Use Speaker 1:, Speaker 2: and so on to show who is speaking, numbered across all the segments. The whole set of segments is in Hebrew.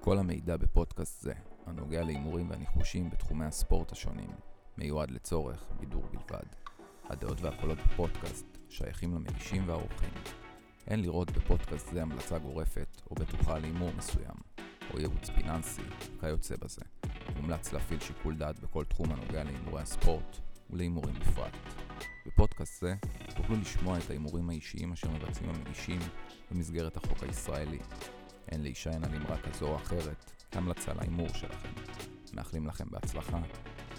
Speaker 1: כל המידע בפודקאסט זה, הנוגע להימורים והניחושים בתחומי הספורט השונים, מיועד לצורך בידור בלבד. הדעות והקולות בפודקאסט שייכים למגישים והאורחים. אין לראות בפודקאסט זה המלצה גורפת או בטוחה להימור מסוים, או ייעוץ פיננסי, כיוצא בזה. מומלץ להפעיל שיקול דעת בכל תחום הנוגע להימורי הספורט ולהימורים בפרט. בפודקאסט זה תוכלו לשמוע את ההימורים האישיים אשר מבצעים המגישים במסגרת החוק הישראלי. אין להישען על אמרה כזו או אחרת כהמלצה להימור שלכם. מאחלים לכם בהצלחה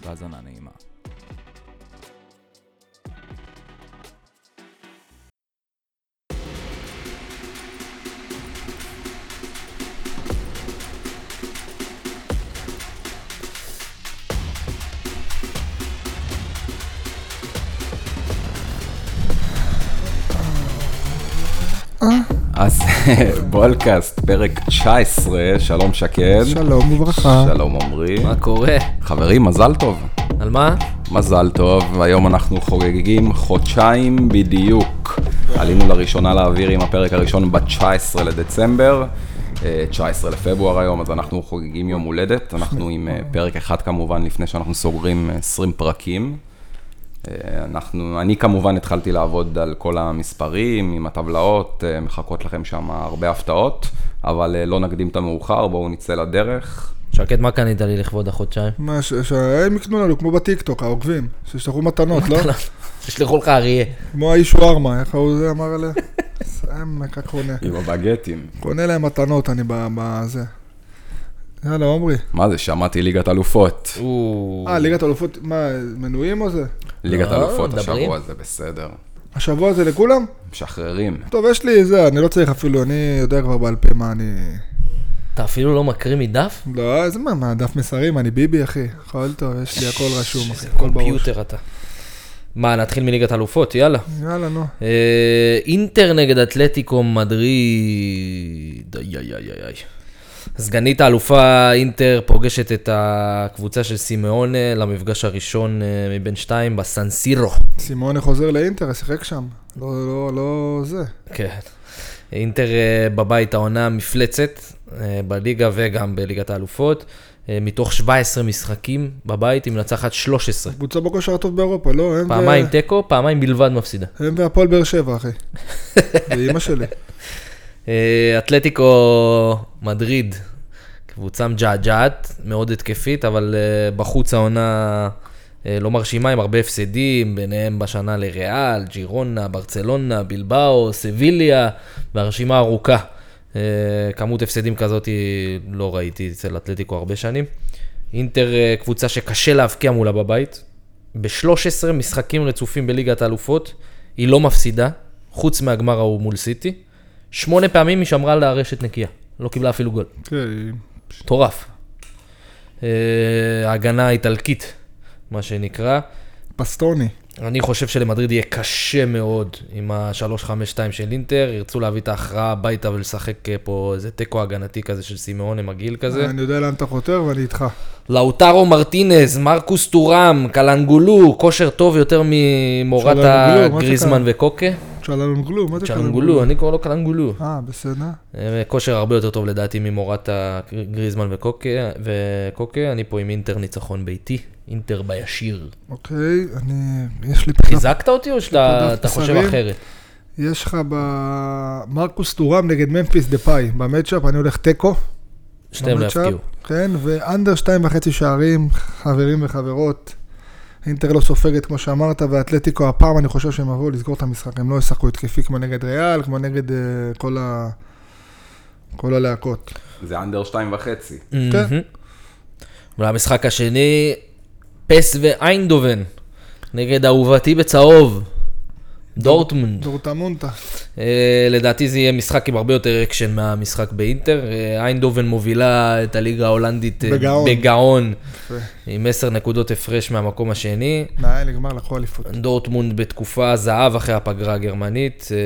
Speaker 1: והאזנה נעימה. אז בולקאסט, פרק 19, שלום שקד.
Speaker 2: שלום וברכה.
Speaker 1: כן? שלום עמרי.
Speaker 3: אה? מה קורה?
Speaker 1: חברים, מזל טוב.
Speaker 3: על מה?
Speaker 1: מזל טוב, היום אנחנו חוגגים חודשיים בדיוק. עלינו לראשונה לאוויר עם הפרק הראשון ב-19 לדצמבר. אה, 19 לפברואר היום, אז אנחנו חוגגים יום הולדת. אנחנו עם אה, פרק אחד כמובן, לפני שאנחנו סוגרים אה, 20 פרקים. אה, אנחנו, אני כמובן התחלתי לעבוד על כל המספרים, עם הטבלאות, אה, מחכות לכם שם הרבה הפתעות, אבל אה, לא נקדים את המאוחר, בואו נצא לדרך.
Speaker 3: שקד, מה קנית לי לכבוד החודשיים?
Speaker 2: מה ש... שהם יקנו לנו, כמו בטיקטוק, העוקבים, שישלחו מתנות, לא?
Speaker 3: ישלחו לך אריה.
Speaker 2: כמו האיש ווארמה, איך הוא זה אמר עליה? סעמק, רק קונה.
Speaker 1: עם הבגטים.
Speaker 2: קונה להם מתנות, אני ב- בזה. יאללה, עמרי.
Speaker 1: מה זה, שמעתי ליגת אלופות.
Speaker 2: אה, ליגת אלופות, מה, מנויים או זה?
Speaker 1: ליגת
Speaker 3: לא,
Speaker 1: אלופות
Speaker 3: מדברים.
Speaker 1: השבוע זה בסדר.
Speaker 2: השבוע זה לכולם?
Speaker 1: משחררים.
Speaker 2: טוב, יש לי זה, אני לא צריך אפילו, אני יודע כבר בעל פה מה אני...
Speaker 3: אתה אפילו לא מקריא מדף?
Speaker 2: לא, איזה מה, מה, דף מסרים, אני ביבי, אחי. הכל טוב, יש לי הכל רשום, אחי,
Speaker 3: איזה
Speaker 2: הכל בראש.
Speaker 3: קומפיוטר אתה. מה, נתחיל מליגת אלופות, יאללה.
Speaker 2: יאללה, נו.
Speaker 3: אה, אינטר נגד אתלטיקו מדריד. איי איי איי איי. סגנית האלופה אינטר פוגשת את הקבוצה של סימאונה למפגש הראשון אה, מבין שתיים בסנסירו.
Speaker 2: סימונה חוזר לאינטר, שיחק שם. לא, לא, לא זה.
Speaker 3: כן. אינטר אה, בבית העונה מפלצת, אה, בליגה וגם בליגת האלופות. אה, מתוך 17 משחקים בבית, היא מנצחת 13.
Speaker 2: קבוצה בכושר הטוב באירופה, לא? הם ו-
Speaker 3: פעמיים תיקו, פעמיים בלבד מפסידה.
Speaker 2: הם והפועל באר שבע, אחי. ואימא שלי.
Speaker 3: אה, אתלטיקו מדריד, קבוצה מג'עג'עת, מאוד התקפית, אבל אה, בחוץ העונה אה, לא מרשימה, עם הרבה הפסדים, ביניהם בשנה לריאל, ג'ירונה, ברצלונה, בלבאו, סביליה, והרשימה ארוכה. אה, כמות הפסדים כזאת היא- לא ראיתי אצל אתלטיקו הרבה שנים. אינטר אה, קבוצה שקשה להבקיע מולה בבית. ב-13 משחקים רצופים בליגת האלופות, היא לא מפסידה, חוץ מהגמר ההוא מול סיטי. שמונה פעמים היא שמרה על הרשת נקייה, לא קיבלה אפילו גול.
Speaker 2: כן,
Speaker 3: מטורף. אה, ההגנה האיטלקית, מה שנקרא.
Speaker 2: פסטוני.
Speaker 3: אני חושב שלמדריד יהיה קשה מאוד עם ה-352 של אינטר, ירצו להביא את ההכרעה הביתה ולשחק אה, פה איזה תיקו הגנתי כזה של סימאונה מגעיל כזה.
Speaker 2: אני יודע לאן אתה חותר ואני איתך.
Speaker 3: לאוטרו מרטינז, מרקוס טורם, קלנגולו, כושר טוב יותר ממורטה,
Speaker 2: קלנגולו, מה זה
Speaker 3: גריזמן וקוקה.
Speaker 2: צ'לנגולו, מה זה
Speaker 3: קלנגולו, אני קורא לו קלנגולו.
Speaker 2: אה, בסדר.
Speaker 3: אה, כושר הרבה יותר טוב לדעתי ממורטה, גריזמן וקוקה, וקוקה, אני פה עם אינטר ניצחון ביתי, אינטר בישיר.
Speaker 2: אוקיי, אני... יש לי פינה.
Speaker 3: חיזקת אותי או שאתה
Speaker 2: נקודת
Speaker 3: אתה חושב
Speaker 2: מסרים.
Speaker 3: אחרת?
Speaker 2: יש לך ב... מרקוס טורם נגד ממפיס דה פאי. במצ'אפ אני הולך תיקו.
Speaker 3: שתיהם לא
Speaker 2: במצ'אפ,
Speaker 3: יפקיעו.
Speaker 2: כן, ואנדר שתיים וחצי שערים, חברים וחברות. אינטר לא סופגת, כמו שאמרת, ואתלטיקו הפעם, אני חושב שהם יבואו לסגור את המשחק. הם לא ישחקו התקפי כמו נגד ריאל, כמו נגד אה, כל ה... כל הלהקות.
Speaker 1: זה אנדר שתיים וחצי.
Speaker 2: כן.
Speaker 3: מהמם. והמשחק השני, פס ואיינדובן, נגד אהובתי בצהוב, דורטמונד.
Speaker 2: דורטמונטה.
Speaker 3: אה, לדעתי זה יהיה משחק עם הרבה יותר אקשן מהמשחק באינטר. אה, איינדובן מובילה את הליגה ההולנדית אה,
Speaker 2: בגאון.
Speaker 3: בגאון
Speaker 2: יפה.
Speaker 3: עם 10 נקודות הפרש מהמקום השני.
Speaker 2: נאה, נגמר, לקחו אליפות.
Speaker 3: דורטמונד בתקופה זהב אחרי הפגרה הגרמנית, אה,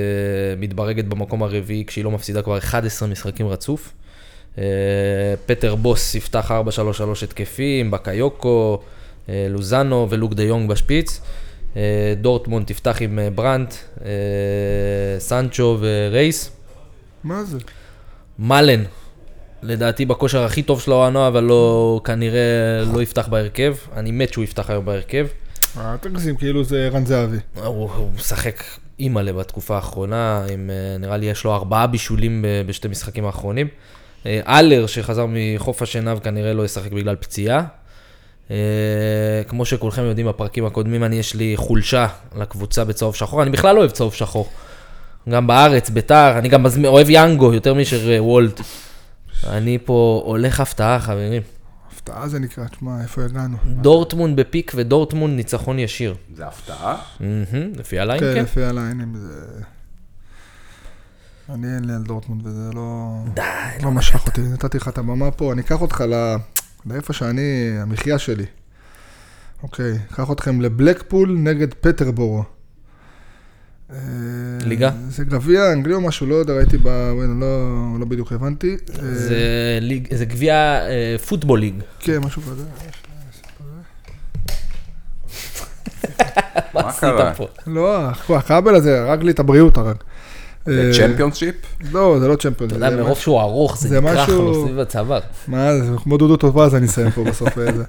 Speaker 3: מתברגת במקום הרביעי כשהיא לא מפסידה כבר 11 משחקים רצוף. אה, פטר בוס יפתח 4-3-3 התקפים, בקיוקו, אה, לוזאנו ולוק דה יונג בשפיץ. אה, דורטמונד תפתח עם אה, ברנט, אה, סנצ'ו ורייס.
Speaker 2: מה זה?
Speaker 3: מאלן לדעתי בכושר הכי טוב של העונה, אבל לא, כנראה לא יפתח בהרכב. אני מת שהוא יפתח היום בהרכב.
Speaker 2: אה, אל תגזים, כאילו זה ערן זהבי.
Speaker 3: הוא הוא משחק אימא'לה בתקופה האחרונה, עם, אה, נראה לי יש לו ארבעה בישולים ב- בשתי משחקים האחרונים. אה, אלר, שחזר מחוף השנהב, כנראה לא ישחק בגלל פציעה. אה, כמו שכולכם יודעים בפרקים הקודמים, אני יש לי חולשה לקבוצה בצהוב שחור, אני בכלל לא אוהב צהוב שחור. גם בארץ, ביתר, אני גם מזמין- אוהב יאנגו יותר מאשר אה, וולט. אני פה הולך הפתעה, חברים.
Speaker 2: הפתעה זה נקרא, תשמע, איפה הגענו?
Speaker 3: דורטמונד בפיק ודורטמונד ניצחון ישיר.
Speaker 1: זה הפתעה?
Speaker 3: מהמם, לפי הליין,
Speaker 2: כן,
Speaker 3: כן.
Speaker 2: לפי הליינים זה... אני אין לי על דורטמונד וזה לא...
Speaker 3: די,
Speaker 2: לא משך אותי, נתתי לך את הבמה פה, אני אקח אותך ל... לאיפה שאני, המחיה שלי. אוקיי, אקח אתכם לבלקפול נגד פטרבורו. אה,
Speaker 3: ליגה?
Speaker 2: זה גביע אנגלי או משהו, לא יודע, ראיתי ב... לא, לא בדיוק הבנתי. אה,
Speaker 3: זה ליג- זה גביע אה, פוטבול ליג.
Speaker 2: כן, משהו כזה.
Speaker 3: מה
Speaker 1: מה קרה?
Speaker 3: עשית פה?
Speaker 2: לא, הכ- הכבל הזה הרג לי את הבריאות, הרג.
Speaker 1: זה
Speaker 2: אה,
Speaker 1: צ'מפיונשיפ?
Speaker 2: לא, זה לא צ'מפיונס.
Speaker 3: אתה יודע, מרוב שהוא ארוך, זה
Speaker 2: זה
Speaker 3: נקרח לו
Speaker 2: משהו-
Speaker 3: סביב הצוואר.
Speaker 2: מה זה, כמו דודו טובאז אני אסיים פה בסוף. אה, זה.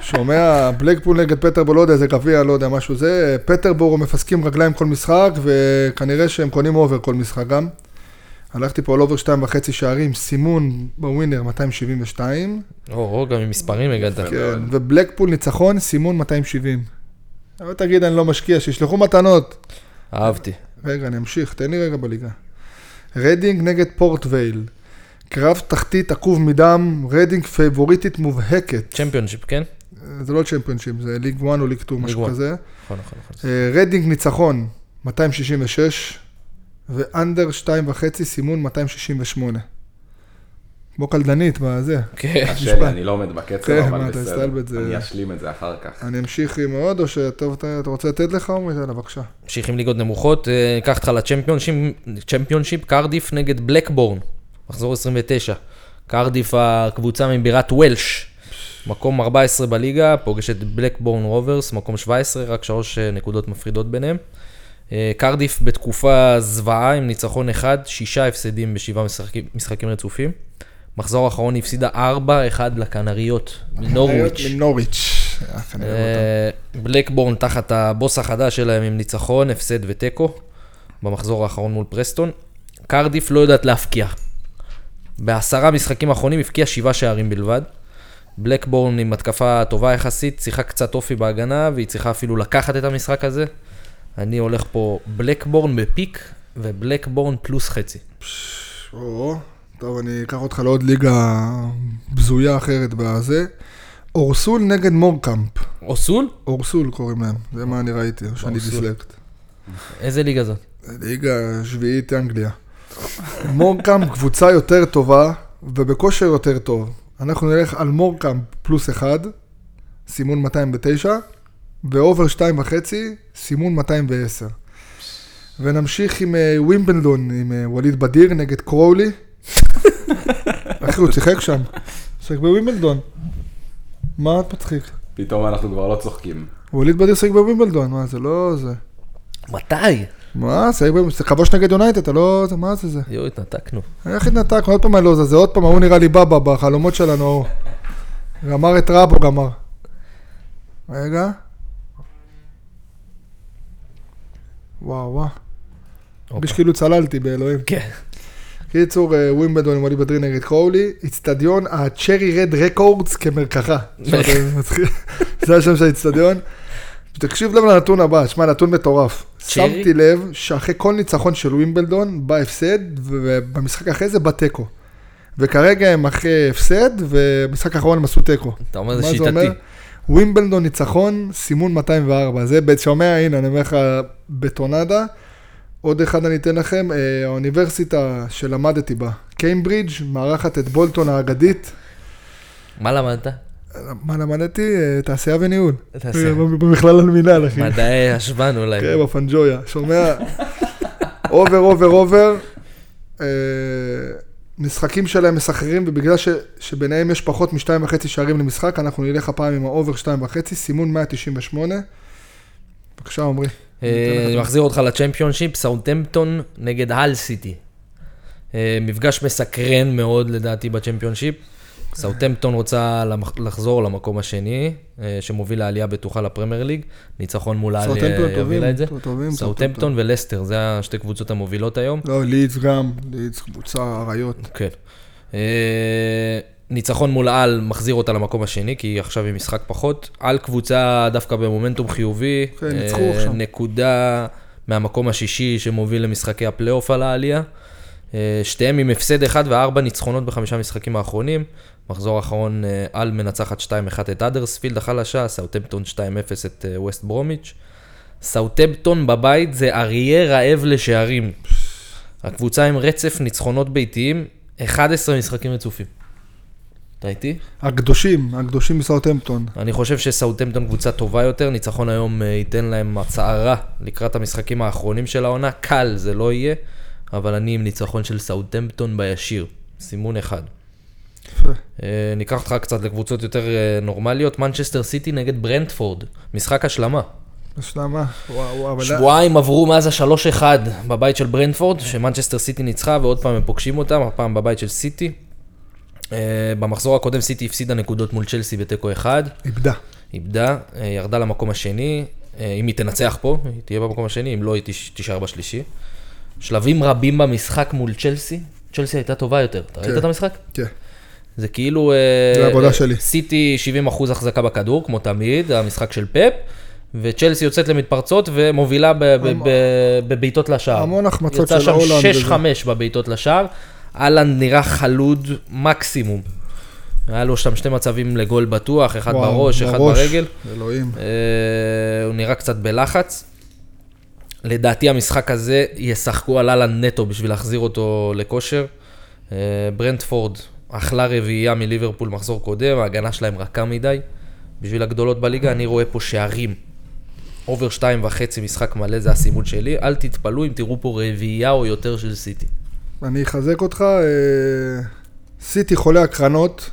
Speaker 2: שומע, בלקפול נגד פטרבול, לא יודע, זה גביע, לא יודע, משהו זה. פטרבורו מפסקים רגליים כל משחק, וכנראה שהם קונים אובר כל משחק גם. הלכתי פה על אובר שתיים וחצי שערים, סימון בווינר 272,
Speaker 3: או, או, גם עם מספרים הגעת.
Speaker 2: כן, ובלקפול ניצחון, סימון 270. אבל תגיד, אני לא משקיע, שישלחו מתנות.
Speaker 3: אהבתי.
Speaker 2: רגע, אני אמשיך, תן לי רגע בליגה. רדינג נגד פורט וייל. קרב תחתית עקוב מדם, רדינג פייבוריטית מובהקת.
Speaker 3: צ'מפיונשיפ, כן?
Speaker 2: זה לא צ'מפיונשיפ, זה ליג 1 או ליג 2, משהו
Speaker 3: One.
Speaker 2: כזה.
Speaker 3: נכון, נכון, נכון.
Speaker 2: אה, רדינג ניצחון, 266, ואנדר 2.5 סימון 268. כמו קלדנית, מה זה?
Speaker 3: כן.
Speaker 1: קשה לי, אני לא עומד בקצב,
Speaker 2: כן, מה,
Speaker 1: אבל
Speaker 2: אתה
Speaker 1: בסדר.
Speaker 2: הסתלבט, זה-
Speaker 1: אני אשלים את זה אחר כך.
Speaker 2: אני אמשיך עם עוד, או שטוב, אתה אתה רוצה לתת לך, עומרי? יאללה, בבקשה.
Speaker 3: ממשיכים ליגות נמוכות, אה, אקח אותך לצ'מפיונשיפ, צ'מפיונשיפ, קרדיף נגד בלקבורן, מחזור 29. קרדיף הקבוצה מבירת וולש, מקום 14 בליגה, פוגש את בלקבורן רוברס, מקום 17, רק שלוש אה, נקודות מפרידות ביניהם. אה, קרדיף בתקופה זוועה עם ניצחון אחד, שישה הפסדים בשבעה משחקים, משחקים רצופים. מחזור האחרון היא הפסידה 4-1 לקנריות, נורויץ'.
Speaker 2: נוריץ'. אה, כנראה אותה.
Speaker 3: אה, בלקבורן תחת הבוס החדש שלהם עם ניצחון, הפסד ותיקו במחזור האחרון מול פרסטון. קרדיף לא יודעת להפקיע. בעשרה משחקים האחרונים הבקיע שבעה שערים בלבד. בלקבורן עם התקפה טובה יחסית, צריכה קצת אופי בהגנה והיא צריכה אפילו לקחת את המשחק הזה. אני הולך פה בלקבורן בפיק ובלקבורן פלוס חצי.
Speaker 2: או, טוב, אני אקח אותך לעוד ליגה בזויה אחרת בזה. אורסול נגד מורקאמפ.
Speaker 3: אוסול?
Speaker 2: אורסול קוראים להם, זה מה אני ראיתי, או שאני
Speaker 3: אורסול.
Speaker 2: דיסלקט.
Speaker 3: איזה ליגה זאת?
Speaker 2: ליגה שביעית אנגליה. מורקאם קבוצה יותר טובה ובכושר יותר טוב. אנחנו נלך על מורקאם פלוס אחד, סימון 209, ואובר שתיים וחצי, סימון 210. ונמשיך עם אה, ווימבלדון, עם אה, ווליד בדיר נגד קרולי. אחי, הוא שיחק שם. שיחק בווימבלדון. מה את מצחיק?
Speaker 1: פתאום אנחנו כבר לא צוחקים.
Speaker 2: ווליד בדיר שיחק בווימבלדון, מה זה לא זה.
Speaker 3: מתי?
Speaker 2: מה, שיחק בווימבלדון, זה כבוש נגד יונייטד, אתה לא... מה זה זה?
Speaker 3: יואו, התנתקנו.
Speaker 2: איך התנתק? עוד פעם הלו"ז הזה, עוד פעם, ההוא נראה לי בבא בחלומות שלנו, ההוא. גמר את רבו, גמר. רגע. וואו, וואו. מרגיש כאילו צללתי באלוהים.
Speaker 3: כן.
Speaker 2: קיצור, אה, ווימבלדון עם אוליבר דרין נגד קרולי, איצטדיון הצ'רי רד רקורדס כמרקחה. עכשיו אתה מצחיק. זה השם של האיצטדיון. תקשיב לב לנתון הבא, שמע, נתון מטורף.
Speaker 3: צ'רי?
Speaker 2: שמתי לב שאחרי כל ניצחון של ווימבלדון, בא הפסד, ובמשחק אחרי זה בא תיקו. וכרגע הם אחרי הפסד, ובמשחק האחרון הם עשו תיקו.
Speaker 3: אתה אומר זה
Speaker 2: מה
Speaker 3: שיטתי.
Speaker 2: ווימבלדון ניצחון, סימון 204. זה בית שומע, הנה, אני אומר לך, בטונדה. עוד אחד אני אתן לכם, אה, האוניברסיטה שלמדתי בה, קיימברידג', מארחת את בולטון האגדית.
Speaker 3: מה למדת?
Speaker 2: מה למדתי? אה, תעשייה וניהול. אה,
Speaker 3: תעשייה.
Speaker 2: במכלל על מינהל, אחי.
Speaker 3: מדעי השוון אולי. אה,
Speaker 2: כן, בפנג'ויה. שומע? אובר, אובר, אובר. אה, משחקים שלהם מסחררים, ובגלל ש, שביניהם יש פחות משתיים וחצי שערים למשחק, אנחנו נלך הפעם עם האובר שתיים וחצי, סימון 198. בבקשה, עמרי.
Speaker 3: אה, אני מחזיר אותך לצ'מפיונשיפ, סאונטמפטון נגד הל סיטי. אה, מפגש מסקרן מאוד לדעתי בצ'מפיונשיפ. סאוטמפטון רוצה למח- לחזור למקום השני, אה, שמוביל לעלייה בטוחה לפרמייר ליג. ניצחון מול העל אה,
Speaker 2: סאוטהמפטון
Speaker 3: יביא
Speaker 2: טובים,
Speaker 3: לה את זה.
Speaker 2: טובים,
Speaker 3: סאוטמפטון ולסטר, זה השתי קבוצות המובילות היום.
Speaker 2: לא, לידס גם, לידס קבוצה אריות.
Speaker 3: כן. אה, ניצחון מול על מחזיר אותה למקום השני, כי עכשיו היא משחק פחות. על קבוצה דווקא במומנטום חיובי.
Speaker 2: כן, ניצחו
Speaker 3: אה,
Speaker 2: עכשיו.
Speaker 3: נקודה מהמקום השישי שמוביל למשחקי הפלייאוף על העלייה. אה, שתיהם עם הפסד אחד וארבע ניצחונות בחמישה משחקים האחרונים. מחזור האחרון אה, על מנצחת 2-1 את אדרספילד החלשה, סאוטמפטון 2-0 את אה, ווסט ברומיץ'. סאוטמפטון בבית זה אריה רעב לשערים. הקבוצה עם רצף ניצחונות ביתיים, 11 משחקים רצופים. אתה איתי?
Speaker 2: הקדושים, הקדושים מסאוטהמפטון.
Speaker 3: אני חושב שסאוטמפטון קבוצה טובה יותר, ניצחון היום אה, ייתן להם הצערה לקראת המשחקים האחרונים של העונה, קל זה לא יהיה, אבל אני עם ניצחון של סאוטמפטון בישיר, סימון אחד.
Speaker 2: יפה.
Speaker 3: אה, ניקח אותך קצת לקבוצות יותר אה, נורמליות, מנצ'סטר סיטי נגד ברנדפורד, משחק השלמה.
Speaker 2: השלמה, וואו, וואו, אבל...
Speaker 3: שבועיים עברו מאז ה-3-1 בבית של ברנדפורד, שמנצ'סטר סיטי ניצחה ועוד פעם הם פוגשים אותם, הפעם בבית של סיטי. אה, במחזור הקודם סיטי הפסידה נקודות מול צ'לסי בתיקו אחד,
Speaker 2: איבדה.
Speaker 3: איבדה, אה, ירדה למקום השני, אה, אם היא תנצח פה, היא תהיה במקום השני, אם לא, היא תש- תישאר בשלישי. שלבים רבים במשחק מול צ'לסי, צ'לסי הייתה טובה יותר, אתה ראית
Speaker 2: כן.
Speaker 3: את המשחק?
Speaker 2: כן.
Speaker 3: זה כאילו...
Speaker 2: זה
Speaker 3: אה,
Speaker 2: העבודה
Speaker 3: אה,
Speaker 2: שלי.
Speaker 3: סיטי 70% החזקה בכדור, כמו תמיד, המשחק של פאפ, וצ'לסי יוצאת למתפרצות ומובילה ב- ב- ב- בבעיטות לשער.
Speaker 2: המון החמצות של
Speaker 3: יצא
Speaker 2: הולנד וזה.
Speaker 3: שם 6-5 בבעיטות לשער, אהלן נראה חלוד מקסימום. היה לו שם שתי מצבים לגול בטוח, אחד
Speaker 2: וואו,
Speaker 3: בראש, אחד
Speaker 2: בראש.
Speaker 3: ברגל.
Speaker 2: אלוהים.
Speaker 3: אה, הוא נראה קצת בלחץ. לדעתי המשחק הזה ישחקו על אהלן נטו בשביל להחזיר אותו לכושר. אה, ברנדפורד אכלה רביעייה מליברפול מחזור קודם, ההגנה שלהם רכה מדי. בשביל הגדולות בליגה אני רואה פה שערים. אובר שתיים וחצי משחק מלא זה הסימון שלי, אל תתפלאו אם תראו פה רביעייה או יותר של סיטי.
Speaker 2: אני אחזק אותך, אה, סיטי חולה הקרנות,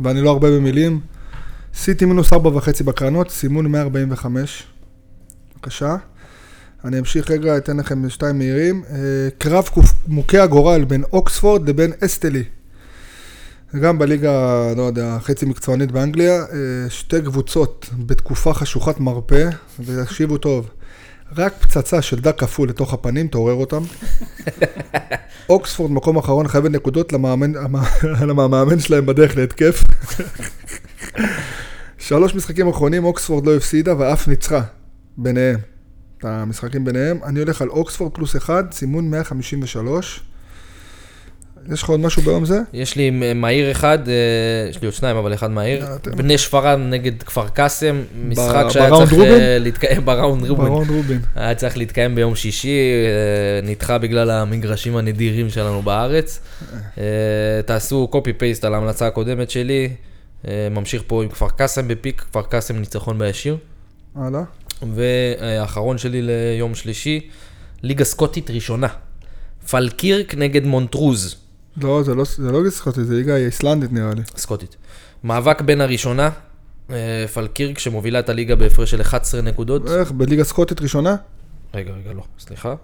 Speaker 2: ואני לא הרבה במילים. סיטי מינוס ארבע וחצי בקרנות, סימון 145. בבקשה. אני אמשיך רגע, אתן לכם שתיים מהירים. אה, קרב קופ- מוכה הגורל בין אוקספורד לבין אסטלי. גם בליגה, לא יודע, החצי מקצוענית באנגליה, אה, שתי קבוצות בתקופה חשוכת מרפא, ותקשיבו טוב, רק פצצה של דק כפול לתוך הפנים תעורר אותם. אוקספורד, מקום אחרון, חייבת נקודות למאמן, למ- למאמן שלהם בדרך להתקף. שלוש משחקים אחרונים, אוקספורד לא הפסידה ואף ניצחה, ביניהם. את המשחקים ביניהם. אני הולך על אוקספורד פלוס אחד, סימון 153. יש לך עוד משהו ביום זה?
Speaker 3: יש לי מ- מהיר אחד, אה, יש לי עוד שניים, אבל אחד מהיר.
Speaker 2: אה, אתם-
Speaker 3: בני שפרעם נגד כפר קאסם, משחק
Speaker 2: ב-
Speaker 3: שהיה
Speaker 2: בראונד
Speaker 3: צריך אה,
Speaker 2: רובין?
Speaker 3: להתקיים בראונד רובין.
Speaker 2: ברון רובין.
Speaker 3: היה צריך להתקיים ביום שישי, אה, נדחה בגלל המגרשים הנדירים שלנו בארץ. אה, תעשו קופי פייסט על ההמלצה הקודמת שלי. אה, ממשיך פה עם כפר קאסם בפיק, כפר קאסם ניצחון בישיר.
Speaker 2: הלאה.
Speaker 3: והאחרון שלי ליום שלישי, ליגה סקוטית ראשונה. פלקירק נגד מונטרוז.
Speaker 2: לא, זה לא, זה לא גיסקוטי, זה ליגה איסלנדית נראה לי.
Speaker 3: סקוטית. מאבק בין הראשונה, אה, פלקירק שמובילה את הליגה בהפרש של 11 נקודות.
Speaker 2: איך, בליגה סקוטית ראשונה?
Speaker 3: רגע, רגע, לא, סליחה.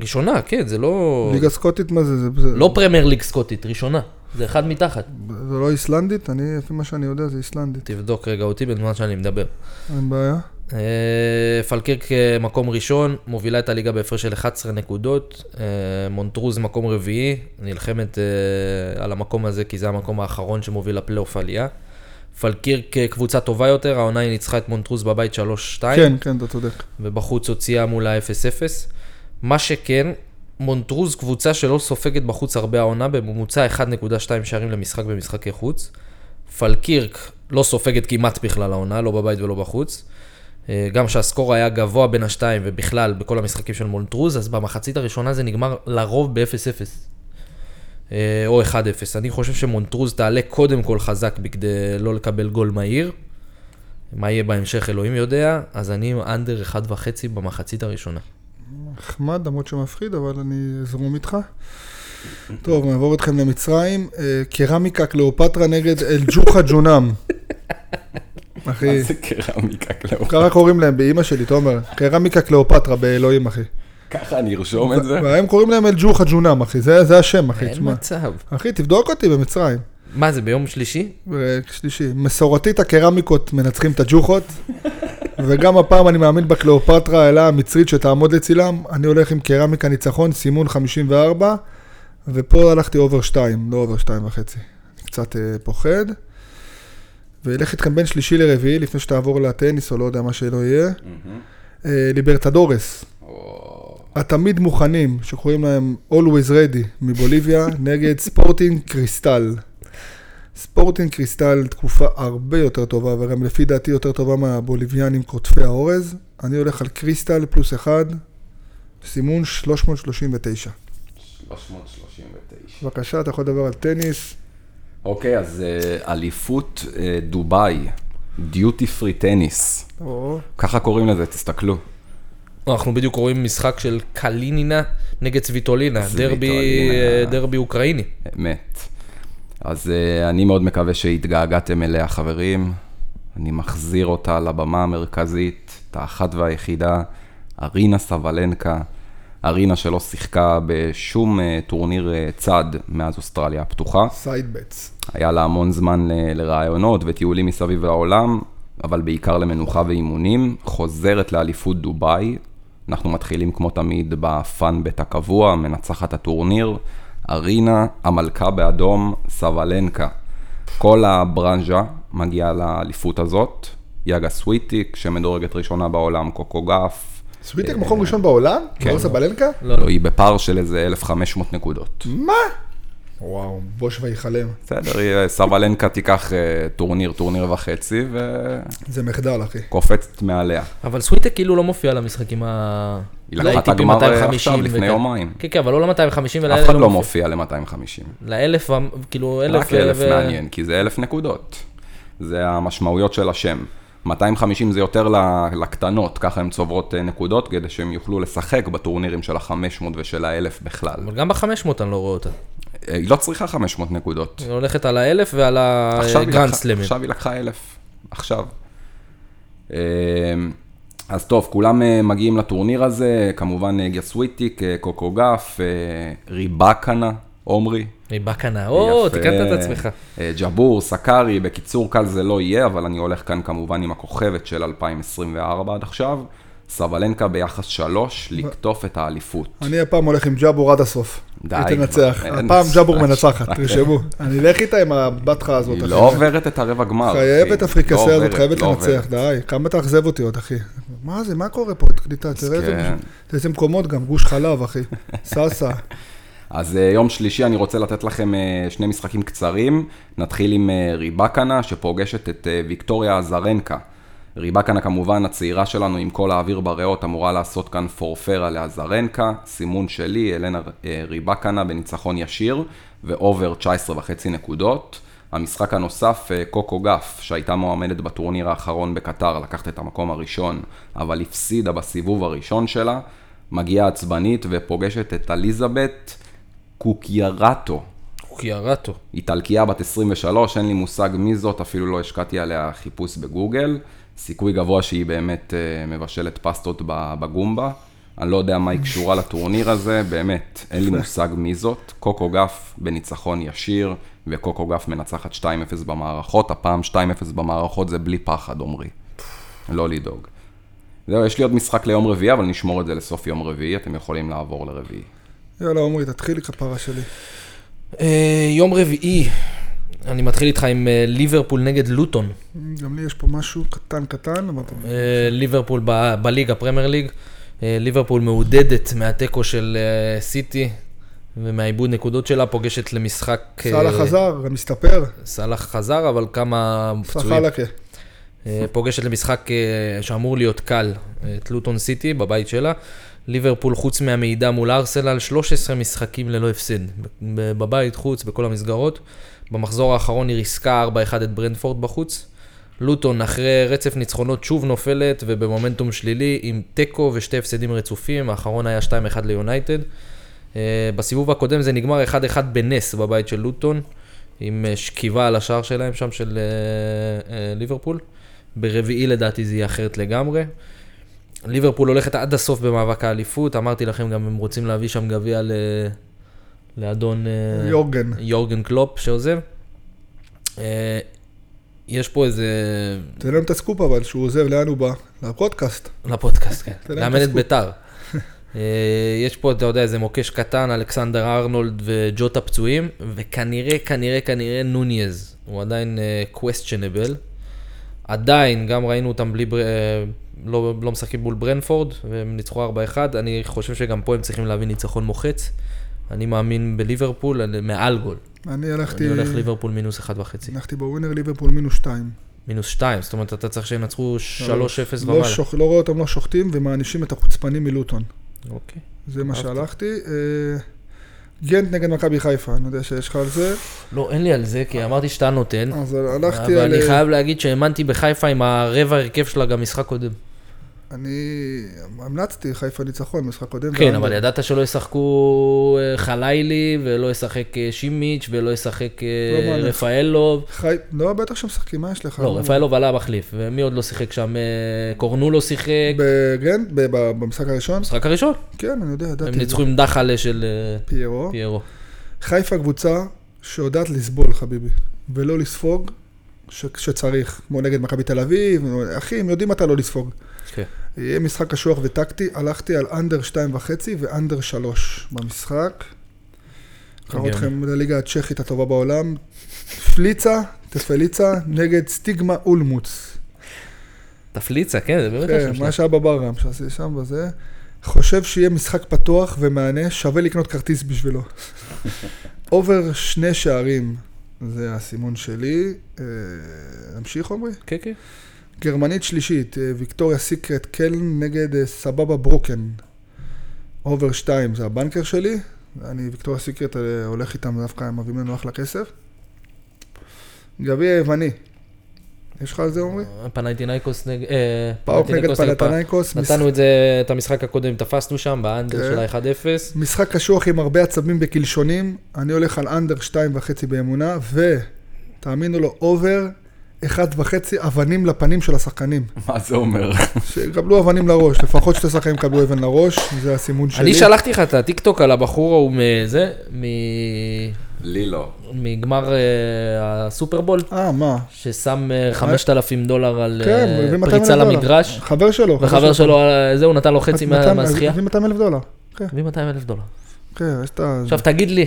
Speaker 3: ראשונה, כן, זה לא...
Speaker 2: ליגה סקוטית, מה זה? זה, זה,
Speaker 3: לא פרמייר ליג סקוטית, ראשונה. זה אחד מתחת.
Speaker 2: זה לא איסלנדית? אני, לפי מה שאני יודע, זה איסלנדית.
Speaker 3: תבדוק רגע אותי בזמן שאני מדבר.
Speaker 2: אין בעיה.
Speaker 3: אה, פלקירק אה, מקום ראשון, מובילה את הליגה בהפרש של 11 נקודות, אה, מונטרוז מקום רביעי, נלחמת אה, על המקום הזה כי זה המקום האחרון שמוביל לפלייאוף עלייה. פלקירק אה, קבוצה טובה יותר, העונה היא ניצחה את מונטרוז בבית 3-2,
Speaker 2: כן, כן, אתה צודק.
Speaker 3: ובחוץ הוציאה מולה 0-0. מה שכן, מונטרוז קבוצה שלא סופגת בחוץ הרבה העונה, בממוצע 1.2 שערים למשחק במשחקי חוץ. פלקירק לא סופגת כמעט בכלל העונה, לא בבית ולא בחוץ. אה, גם שהסקור היה גבוה בין השתיים ובכלל בכל המשחקים של מונטרוז, אז במחצית הראשונה זה נגמר לרוב ב-0-0. אה, או 1-0. אני חושב שמונטרוז תעלה קודם כל חזק בכדי לא לקבל גול מהיר. מה יהיה בהמשך אלוהים יודע, אז אני עם אנדר 1.5 במחצית הראשונה.
Speaker 2: נחמד, למרות שמפחיד, אבל אני אזרום איתך. טוב, נעבור איתכם למצרים. אה, קרמיקה קליאופטרה נגד אלג'וחה ג'ונם. אחי,
Speaker 1: מה זה קרמיקה כלום?
Speaker 2: ככה קוראים להם, באימא שלי, תומר. קרמיקה קליאופטרה, באלוהים, אחי.
Speaker 1: ככה אני ארשום את זה.
Speaker 2: והם קוראים להם אלג'ור חג'ונם, אחי, זה זה השם, אחי,
Speaker 3: אין
Speaker 2: תשמע.
Speaker 3: מצב.
Speaker 2: אחי, תבדוק אותי במצרים.
Speaker 3: מה זה, ביום שלישי?
Speaker 2: פרק שלישי, מסורתית הקרמיקות מנצחים את הג'וחות, וגם הפעם אני מאמין בקליאופטרה, האלה המצרית שתעמוד לצילם, אני הולך עם קרמיקה ניצחון, סימון 54, ופה הלכתי אובר 2, לא אובר 2 וחצי, קצת אה, פוחד. ואלך איתכם בין שלישי לרביעי, לפני שתעבור לטניס או לא יודע מה שלא יהיה.
Speaker 1: מהמם.
Speaker 2: אה, ליברטדורס,
Speaker 1: Mm-hmm. או,
Speaker 2: התמיד מוכנים, שקוראים להם Always Ready מבוליביה, נגד ספורטינג קריסטל. ספורטינג קריסטל תקופה הרבה יותר טובה, וגם לפי דעתי יותר טובה מהבוליביאנים קוטפי האורז. אני הולך על קריסטל פלוס אחד, סימון 339.
Speaker 1: 339.
Speaker 2: בבקשה, אתה יכול לדבר על טניס.
Speaker 1: אוקיי, אז אה, אליפות אה, דובאי, דיוטי פרי טניס.
Speaker 2: או,
Speaker 1: ככה קוראים לזה, תסתכלו.
Speaker 3: לא, אנחנו בדיוק רואים משחק של קלינינה נגד סוויטולינה,
Speaker 1: סוויטולינה.
Speaker 3: דרבי, אה, דרבי אוקראיני.
Speaker 1: אמת. אז אה, אני מאוד מקווה שהתגעגעתם אליה, חברים. אני מחזיר אותה לבמה המרכזית, את האחת והיחידה, ארינה סבלנקה. ארינה שלא שיחקה בשום אה, טורניר אה, צד מאז אוסטרליה הפתוחה.
Speaker 2: סיידבטס.
Speaker 1: היה לה המון זמן ל- לרעיונות וטיולים מסביב לעולם, אבל בעיקר למנוחה ואימונים. חוזרת לאליפות דובאי. אנחנו מתחילים כמו תמיד בפאן בית הקבוע, מנצחת הטורניר. ארינה, המלכה באדום, סבלנקה. כל הברנז'ה מגיעה לאליפות הזאת. יאגה סוויטיק, שמדורגת ראשונה בעולם, קוקו גף.
Speaker 2: סוויטק מקום ראשון בעולם? אה, כן. באור סבלנקה?
Speaker 3: לא, לא.
Speaker 1: היא בפער של איזה 1,500 נקודות.
Speaker 2: מה? וואו, בוש ויחלם.
Speaker 1: בסדר, היא- אה, סבלנקה תיקח אה, טורניר, טורניר וחצי, ו...
Speaker 2: זה מחדל, אחי.
Speaker 1: קופצת מעליה.
Speaker 3: אבל סוויטק כאילו לא מופיע למשחקים ה...
Speaker 1: היא לקחה את
Speaker 3: ל-ATP
Speaker 1: הגמר אה,
Speaker 3: 250
Speaker 1: עכשיו, לפני
Speaker 3: וכאלה.
Speaker 1: יומיים.
Speaker 3: כן, כן, אבל לא ל-250 ולאלה
Speaker 1: אף אחד לא מופיע ל-250.
Speaker 3: לאלף, ה- כאילו אלף...
Speaker 1: רק אלף
Speaker 3: ו-
Speaker 1: מעניין, כי זה אלף נקודות. זה המשמעויות של השם. 250 זה יותר ל- לקטנות, ככה הן צוברות אה, נקודות, כדי שהם יוכלו לשחק בטורנירים של ה-500 ושל ה-1000 בכלל.
Speaker 3: אבל גם בחמש מאות אני לא רואה אותה.
Speaker 1: אה, היא לא צריכה 500 נקודות.
Speaker 3: היא הולכת על האלף ועל
Speaker 1: עכשיו היא
Speaker 3: הגרנד
Speaker 1: לקחה-
Speaker 3: אה, סלמים.
Speaker 1: עכשיו היא לקחה אלף, עכשיו. אה, אז טוב, כולם אה, מגיעים לטורניר הזה, כמובן אה, גסוויטיק, אה, קוקו גף, אה, ריבקנה, עומרי.
Speaker 3: היא בקנה, או,
Speaker 1: יפה.
Speaker 3: תיקנת את עצמך.
Speaker 1: אה, ג'בור, סקארי, בקיצור קל זה לא יהיה, אבל אני הולך כאן כמובן עם הכוכבת של 2024 עד עכשיו. סבלנקה ביחס שלוש, לקטוף את האליפות.
Speaker 2: אני הפעם הולך עם ג'אבור עד הסוף.
Speaker 1: די,
Speaker 2: היא תנצח.
Speaker 1: כבר, אין. אה,
Speaker 2: הפעם ג'אבור מנצחת, תרשמו. אני אלך איתה עם הבת חיה הזאת.
Speaker 1: היא
Speaker 2: אחי.
Speaker 1: לא עוברת את הרבע גמר.
Speaker 2: חייבת
Speaker 1: אחי.
Speaker 2: הפריקסה
Speaker 1: לא
Speaker 2: הזאת,
Speaker 1: עוברת,
Speaker 2: חייבת
Speaker 1: לא עוברת.
Speaker 2: לנצח, די. כמה תאכזב אותי עוד, אחי. מה זה, מה קורה פה? קליטה, תראה איזה
Speaker 1: כן.
Speaker 2: איזה מקומות גם, גוש חלב, אחי. ססה.
Speaker 1: אז אה, יום שלישי אני רוצה לתת לכם אה, שני משחקים קצרים. נתחיל עם אה, ריבקנה שפוגשת את אה, ויקטוריה אזרנקה. ריבקנה כמובן הצעירה שלנו עם כל האוויר בריאות אמורה לעשות כאן פורפרה לאזרנקה. סימון שלי, אלנה אה, ריבקנה בניצחון ישיר ואובר 19 וחצי נקודות. המשחק הנוסף, אה, קוקו גף, שהייתה מועמדת בטורניר האחרון בקטר, לקחת את המקום הראשון, אבל הפסידה בסיבוב הראשון שלה. מגיעה עצבנית ופוגשת את אליזבת קוקיירטו,
Speaker 3: אוקיי, קוקיירטו.
Speaker 1: איטלקייה בת 23, אין לי מושג מי זאת, אפילו לא השקעתי עליה חיפוש בגוגל. סיכוי גבוה שהיא באמת אה, מבשלת פסטות ב- בגומבה. אני לא יודע מה היא קשורה לטורניר הזה, באמת, אין לי מושג מי זאת. קוקו גף בניצחון ישיר, וקוקו גף מנצחת 2-0 במערכות, הפעם 2-0 במערכות זה בלי פחד, עומרי. לא לדאוג. זהו, יש לי עוד משחק ליום רביעי, אבל נשמור את זה לסוף יום רביעי, אתם יכולים לעבור לרביעי.
Speaker 2: יאללה, עומרי, תתחיל כפרה שלי.
Speaker 3: אה, יום רביעי, אני מתחיל איתך עם אה, ליברפול נגד לוטון.
Speaker 2: גם לי יש פה משהו קטן קטן, אבל... אתה-
Speaker 3: אה, ליברפול ב- בליגה, פרמייר ליג. אה, ליברפול מעודדת מהתיקו של אה, סיטי ומהעיבוד נקודות שלה, פוגשת למשחק...
Speaker 1: כן.
Speaker 3: אה,
Speaker 2: סאלח חזר, מסתפר,
Speaker 3: סאלח חזר, אבל כמה פצועים.
Speaker 2: סחלקה.
Speaker 3: אה, פוגשת למשחק אה, שאמור להיות קל, אה, את לוטון סיטי בבית שלה. ליברפול, חוץ מהמידע מול ארסנל, 13 משחקים ללא הפסד. ב- בבית, חוץ, בכל המסגרות. במחזור האחרון היא ריסקה 4-1 את ברנפורד בחוץ. לוטון, אחרי רצף ניצחונות, שוב נופלת ובמומנטום שלילי, עם תיקו ושתי הפסדים רצופים, האחרון היה 2-1 ליונייטד. אה, בסיבוב הקודם זה נגמר 1-1 בנס בבית של לוטון, עם אה, שכיבה על השער שלהם שם של אה, אה, ליברפול. ברביעי לדעתי זה יהיה אחרת לגמרי. ליברפול הולכת עד הסוף במאבק האליפות, אמרתי לכם גם הם רוצים להביא שם גביע ל... לאדון אה,
Speaker 2: יורגן.
Speaker 3: יורגן קלופ שעוזב. אה, יש פה איזה...
Speaker 2: תן לנו את הסקופ אבל, שהוא עוזב, לאן הוא בא? לפודקאסט.
Speaker 3: לפודקאסט, כן.
Speaker 2: תן להם את
Speaker 3: לאמן את
Speaker 2: הסקופ.
Speaker 3: ביתר. אה, יש פה, אתה יודע, איזה מוקש קטן, אלכסנדר ארנולד וג'וטה פצועים, וכנראה, כנראה, כנראה נוניז. הוא עדיין אה, questionable. עדיין, גם ראינו אותם בלי... בר- אה, לא, לא משחקים מול ברנפורד, והם ניצחו 4-1. אני חושב שגם פה הם צריכים להביא ניצחון מוחץ. אני מאמין בליברפול, אני- מעל גול.
Speaker 2: אני הלכתי...
Speaker 3: אני הולך ליברפול מינוס 1.5.
Speaker 2: הלכתי בווינר ליברפול מינוס 2.
Speaker 3: מינוס 2, זאת אומרת, אתה צריך שינצחו 3-0
Speaker 2: לא
Speaker 3: ומעלה.
Speaker 2: שוח- לא רואה אותם לא שוחטים ומענישים את החוצפנים מלוטון.
Speaker 3: אוקיי.
Speaker 2: זה מה
Speaker 3: אהבתי.
Speaker 2: שהלכתי. אה, גנט נגד מכבי חיפה, אני יודע שיש לך על זה.
Speaker 3: לא, אין לי על זה, כי אמרתי שאתה נותן.
Speaker 2: אז אה, הלכתי
Speaker 3: אבל
Speaker 2: על...
Speaker 3: אני
Speaker 2: אה,
Speaker 3: חייב להגיד שהאמנתי בחיפה עם הרבע ההרכב שלה גם משחק קודם.
Speaker 2: אני המלצתי חיפה ניצחון, משחק קודם.
Speaker 3: כן,
Speaker 2: ואנדר.
Speaker 3: אבל ידעת שלא ישחקו אה, חלילי, ולא ישחק אה, שימיץ', ולא ישחק אה,
Speaker 2: לא מעניין.
Speaker 3: רפאלוב.
Speaker 2: חי... לא, בטח שמשחקים, מה יש לך?
Speaker 3: לא, רפאלוב עלה המחליף, ומי עוד לא שיחק שם? אה, קורנו לא שיחק.
Speaker 2: בגנט, ב- ב- במשחק הראשון?
Speaker 3: המשחק הראשון,
Speaker 2: כן, אני יודע, ידעתי.
Speaker 3: הם ניצחו עם דחלה של אה,
Speaker 2: פיירו.
Speaker 3: פיירו.
Speaker 2: חיפה קבוצה שיודעת לסבול, חביבי, ולא לספוג ש... שצריך, כמו נגד מכבי תל אביב, אחי, הם יודעים מתי לא לספוג.
Speaker 3: כן.
Speaker 2: יהיה משחק קשוח וטקטי, הלכתי על אנדר 2.5 ואנדר 3 במשחק. קראו
Speaker 3: הגיוני.
Speaker 2: אתכם לליגה הצ'כית הטובה בעולם. פליצה, תפליצה, נגד סטיגמה אולמוץ.
Speaker 3: תפליצה, כן, זה באמת
Speaker 2: כן,
Speaker 3: השם שלה.
Speaker 2: מה שהיה בברם, שעשיתי שם וזה. חושב שיהיה משחק פתוח ומהנה, שווה לקנות כרטיס בשבילו. אובר שני שערים, זה הסימון שלי. אה, נמשיך, עמרי?
Speaker 3: כן, כן.
Speaker 2: גרמנית שלישית, אה, ויקטוריה סיקרט קלן נגד אה, סבבה ברוקן. אובר 2 זה הבנקר שלי, אני ויקטוריה סיקרט אה, הולך איתם דווקא, הם מביאים לנו אחלה כסף. גביע יווני, יש לך על זה עומרי?
Speaker 3: פנייטינאיקוס נגד... אה,
Speaker 2: פאוק נגד
Speaker 3: פנתינייקוס נגד פא-
Speaker 2: פלטנייקוס, מש-
Speaker 3: נתנו את זה, את המשחק הקודם, תפסנו שם, באנדר
Speaker 2: כן.
Speaker 3: של ה-1-0.
Speaker 2: משחק קשוח עם הרבה עצבים וקלשונים, אני הולך על אנדר 2.5 באמונה, ותאמינו לו, אובר 1.5 אבנים לפנים של השחקנים.
Speaker 1: מה זה אומר?
Speaker 2: שיקבלו אבנים לראש, לפחות שתי שחקנים יקבלו אבן לראש, זה הסימון שלי.
Speaker 3: אני שלחתי לך את הטיקטוק על הבחור ההוא מזה, מ-
Speaker 1: לי לא.
Speaker 3: מגמר אה, הסופרבול,
Speaker 2: אה, מה?
Speaker 3: ששם אה, 5,000 דולר על
Speaker 2: כן,
Speaker 3: אה,
Speaker 2: הוא הביא 200 אלף
Speaker 3: פריצה
Speaker 2: דולר. אה,
Speaker 3: למגרש,
Speaker 2: חבר שלו.
Speaker 3: וחבר שלו, אה, זה, הוא נתן לו חצי מה-
Speaker 2: 200
Speaker 3: מהזכייה.
Speaker 2: הביא 200 אלף דולר. כן,
Speaker 3: הביא 200 אלף דולר.
Speaker 2: כן, יש את ה...
Speaker 3: עכשיו תגיד לי,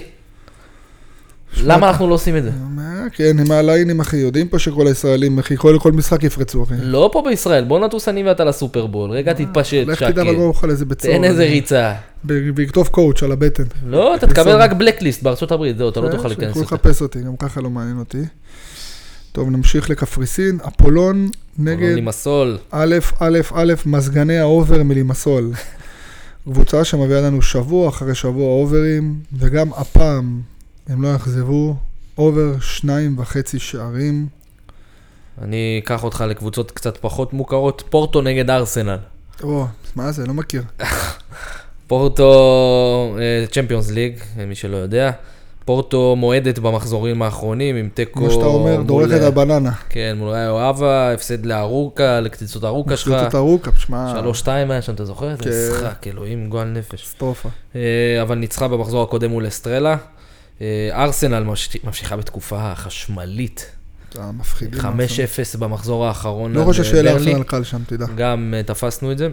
Speaker 3: למה אנחנו לא עושים את זה?
Speaker 2: אה, כן, הם הליינים, אחי, יודעים פה שכל הישראלים, אחי, כל כל משחק יפרצו, אחי.
Speaker 3: לא פה בישראל, בוא נטוס אני ואתה לסופרבול, רגע תתפשט,
Speaker 2: אה, לך
Speaker 3: שקט,
Speaker 2: תדע מה אוכל איזה בית סוהר.
Speaker 3: תן איזה ריצה.
Speaker 2: ו- ויכתוב קואוץ' על הבטן.
Speaker 3: לא, אתה תקבל רק בלקליסט בארצות הברית, זהו, אתה
Speaker 2: כן,
Speaker 3: לא תוכל להיכנס
Speaker 2: יוכלו
Speaker 3: לזה.
Speaker 2: לחפש אותי, גם ככה לא מעניין אותי. טוב, נמשיך לקפריסין. אפולון נגד
Speaker 3: לימסול,
Speaker 2: א', א', א', מזגני האובר מלימסול. קבוצה שמביאה לנו שבוע אחרי שבוע אוברים, וגם הפעם הם לא יאכזבו, אובר שניים וחצי שערים.
Speaker 3: אני אקח אותך לקבוצות קצת פחות מוכרות, פורטו נגד ארסנל.
Speaker 2: או, מה זה? לא מכיר.
Speaker 3: פורטו, אה, צ'מפיונס ליג, מי שלא יודע. פורטו מועדת במחזורים האחרונים עם תיקו...
Speaker 2: כמו שאתה אומר,
Speaker 3: מול-
Speaker 2: דורכת על בננה.
Speaker 3: כן, מול ראי אוהבה, הפסד לארוקה, לקציצות ארוקה שלך.
Speaker 2: משחקת ארוכה, שמע,
Speaker 3: 3-2 היה שם, אתה זוכר?
Speaker 2: כן.
Speaker 3: זה משחק, אלוהים, גועל נפש.
Speaker 2: קטסטרופה.
Speaker 3: אה, אבל ניצחה במחזור הקודם מול אסטרלה. אה, ארסנל ממש- ממשיכה בתקופה חשמלית.
Speaker 2: אתה מפחידים.
Speaker 3: 5-0 במחזור האחרון.
Speaker 2: לא
Speaker 3: על,
Speaker 2: חושב
Speaker 3: אה,
Speaker 2: שיהיה
Speaker 3: ברנלי.
Speaker 2: לארסנל קל שם, תדע.
Speaker 3: גם אה, תפסנו את זה.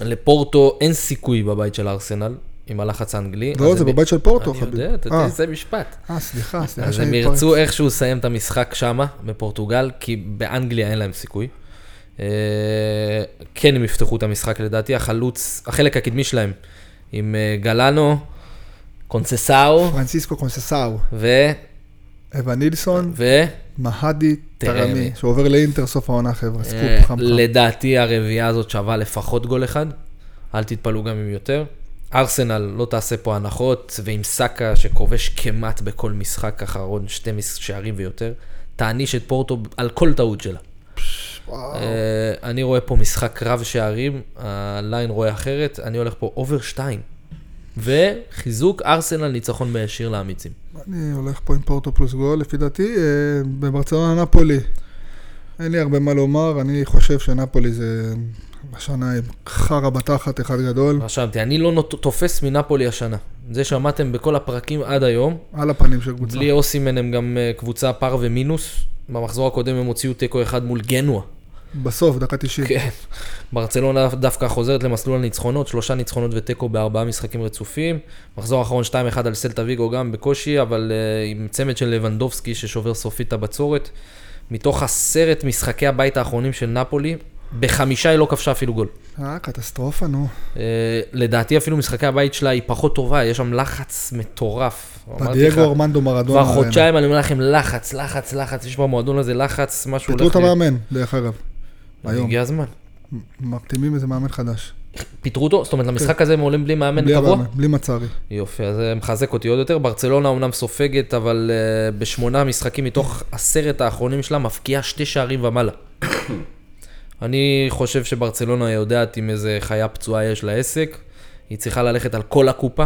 Speaker 3: לפורטו אין סיכוי בבית של ארסנל, עם הלחץ האנגלי.
Speaker 2: לא,
Speaker 3: אז
Speaker 2: זה
Speaker 3: הם-
Speaker 2: בבית של פורטו,
Speaker 3: אני
Speaker 2: חביב.
Speaker 3: יודע, אתה
Speaker 2: אה.
Speaker 3: יודע, זה משפט.
Speaker 2: אה, סליחה, סליחה
Speaker 3: אז הם
Speaker 2: שאני
Speaker 3: ירצו איכשהו לסיים את המשחק שמה, בפורטוגל, כי באנגליה אין להם סיכוי. אה, כן, הם יפתחו את המשחק לדעתי, החלוץ, החלק הקדמי שלהם, עם אה, גלאנו, קונססאו,
Speaker 2: פרנסיסקו קונססאו,
Speaker 3: ו...
Speaker 2: אבנילסון,
Speaker 3: ו...
Speaker 2: מהדי
Speaker 3: תרמי.
Speaker 2: תרמי, שעובר לאינטר סוף העונה, חבר'ה,
Speaker 3: אה,
Speaker 2: סקופ חם חם.
Speaker 3: לדעתי הרביעייה הזאת שווה לפחות גול אחד, אל תתפלאו גם אם יותר. ארסנל לא תעשה פה הנחות, ועם סאקה שכובש כמעט בכל משחק אחרון שתי מס- שערים ויותר, תעניש את פורטו על כל טעות שלה.
Speaker 2: וואו.
Speaker 3: אה, אני רואה פה משחק רב שערים, הליין רואה אחרת, אני הולך פה אובר שתיים. וחיזוק ארסנל ניצחון בישיר לאמיצים.
Speaker 2: אני הולך פה עם פורטו פלוס גול, לפי דעתי, אה, בברצלונה נפולי. אין לי הרבה מה לומר, אני חושב שנפולי זה השנה עם חרא בתחת אחד גדול,
Speaker 3: רשמתי, אני לא נות- תופס מנפולי השנה. זה שמעתם בכל הפרקים עד היום.
Speaker 2: על הפנים של קבוצה.
Speaker 3: בלי אוסימן הם גם אה, קבוצה פר ומינוס. במחזור הקודם הם הוציאו תיקו אחד מול גנוע.
Speaker 2: בסוף, דקה 90.
Speaker 3: כן. ברצלונה דווקא חוזרת למסלול הניצחונות, שלושה ניצחונות ותיקו בארבעה משחקים רצופים. מחזור האחרון 2-1 על סלטה ויגו גם בקושי, אבל uh, עם צמד של לבנדובסקי ששובר סופית את הבצורת. מתוך עשרת משחקי הבית האחרונים של נפולי, בחמישה היא לא כבשה אפילו גול.
Speaker 2: אה, קטסטרופה, נו.
Speaker 3: Uh, לדעתי אפילו משחקי הבית שלה היא פחות טובה, יש שם לחץ מטורף. אמרתי לך,
Speaker 2: דייגו ארמנדו מרדונה. אה,
Speaker 3: כבר
Speaker 2: עלינו.
Speaker 3: חודשיים אני אומר לכם, לחץ, לחץ, לחץ, יש במועדון הזה לחץ, משהו
Speaker 2: פיטרו את
Speaker 3: להיות-
Speaker 2: המאמן, דרך אגב. היום.
Speaker 3: הגיע הזמן.
Speaker 2: מחתימים איזה מאמן חדש.
Speaker 3: פיטרו אותו, זאת אומרת למשחק הזה הם עולים בלי מאמן
Speaker 2: כן. בלי
Speaker 3: קבוע?
Speaker 2: המאמן, בלי מצרי.
Speaker 3: יופי, אז זה מחזק אותי עוד יותר. ברצלונה אומנם סופגת, אבל אה, בשמונה משחקים מתוך עשרת האחרונים שלה מפקיעה שתי שערים ומעלה. אני חושב שברצלונה יודעת עם איזה חיה פצועה יש לה עסק. היא צריכה ללכת על כל הקופה.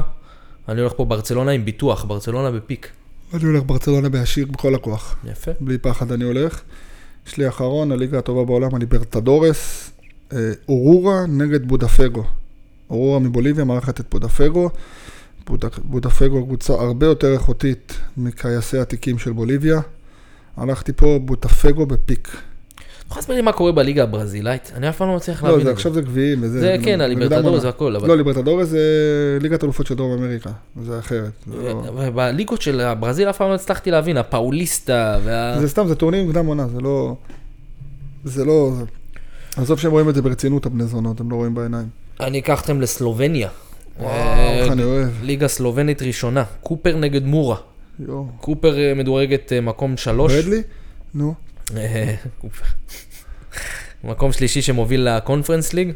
Speaker 3: אני הולך פה ברצלונה עם ביטוח, ברצלונה בפיק.
Speaker 2: אני הולך ברצלונה בעשיר בכל הכוח.
Speaker 3: יפה.
Speaker 2: בלי פחד אני הולך. יש לי אחרון, הליגה הטובה בעולם, הליברטדורס. אה, אורורה נגד בודפגו. אורורה מבוליביה מארחת את בודפגו. בודק- בודפגו קבוצה הרבה יותר איכותית מכייסי התיקים של בוליביה. הלכתי פה בוטפגו בפיק.
Speaker 3: אתה יכול להסביר לי מה קורה בליגה הברזילאית? אני אף פעם לא מצליח
Speaker 2: לא,
Speaker 3: להבין
Speaker 2: זה
Speaker 3: את זה.
Speaker 2: עכשיו זה גביעים וזה...
Speaker 3: זה כן,
Speaker 2: נגדם
Speaker 3: הליברטדורס
Speaker 2: עונה.
Speaker 3: והכל, אבל...
Speaker 2: לא, ליברטדורס זה ליגת אלופות של דרום אמריקה. זה אחרת. זה לא-
Speaker 3: אבל בליגות של הברזיל אף פעם לא הצלחתי להבין, הפאוליסטה וה...
Speaker 2: זה סתם, זה טורנירים קדם עונה, זה לא... זה לא... זה- עזוב שהם רואים את זה ברצינות, הבני זונות, הם לא רואים בעיניים.
Speaker 3: אני אקח אתכם לסלובניה. אה,
Speaker 2: איך אני אוהב.
Speaker 3: ליגה סלובנית ראשונה, קופר נגד מורה.
Speaker 2: יואו.
Speaker 3: קופר אה, מדורגת אה, מקום שלוש.
Speaker 2: ברדלי? נו.
Speaker 3: אה, קופר. מקום שלישי שמוביל לקונפרנס ליג.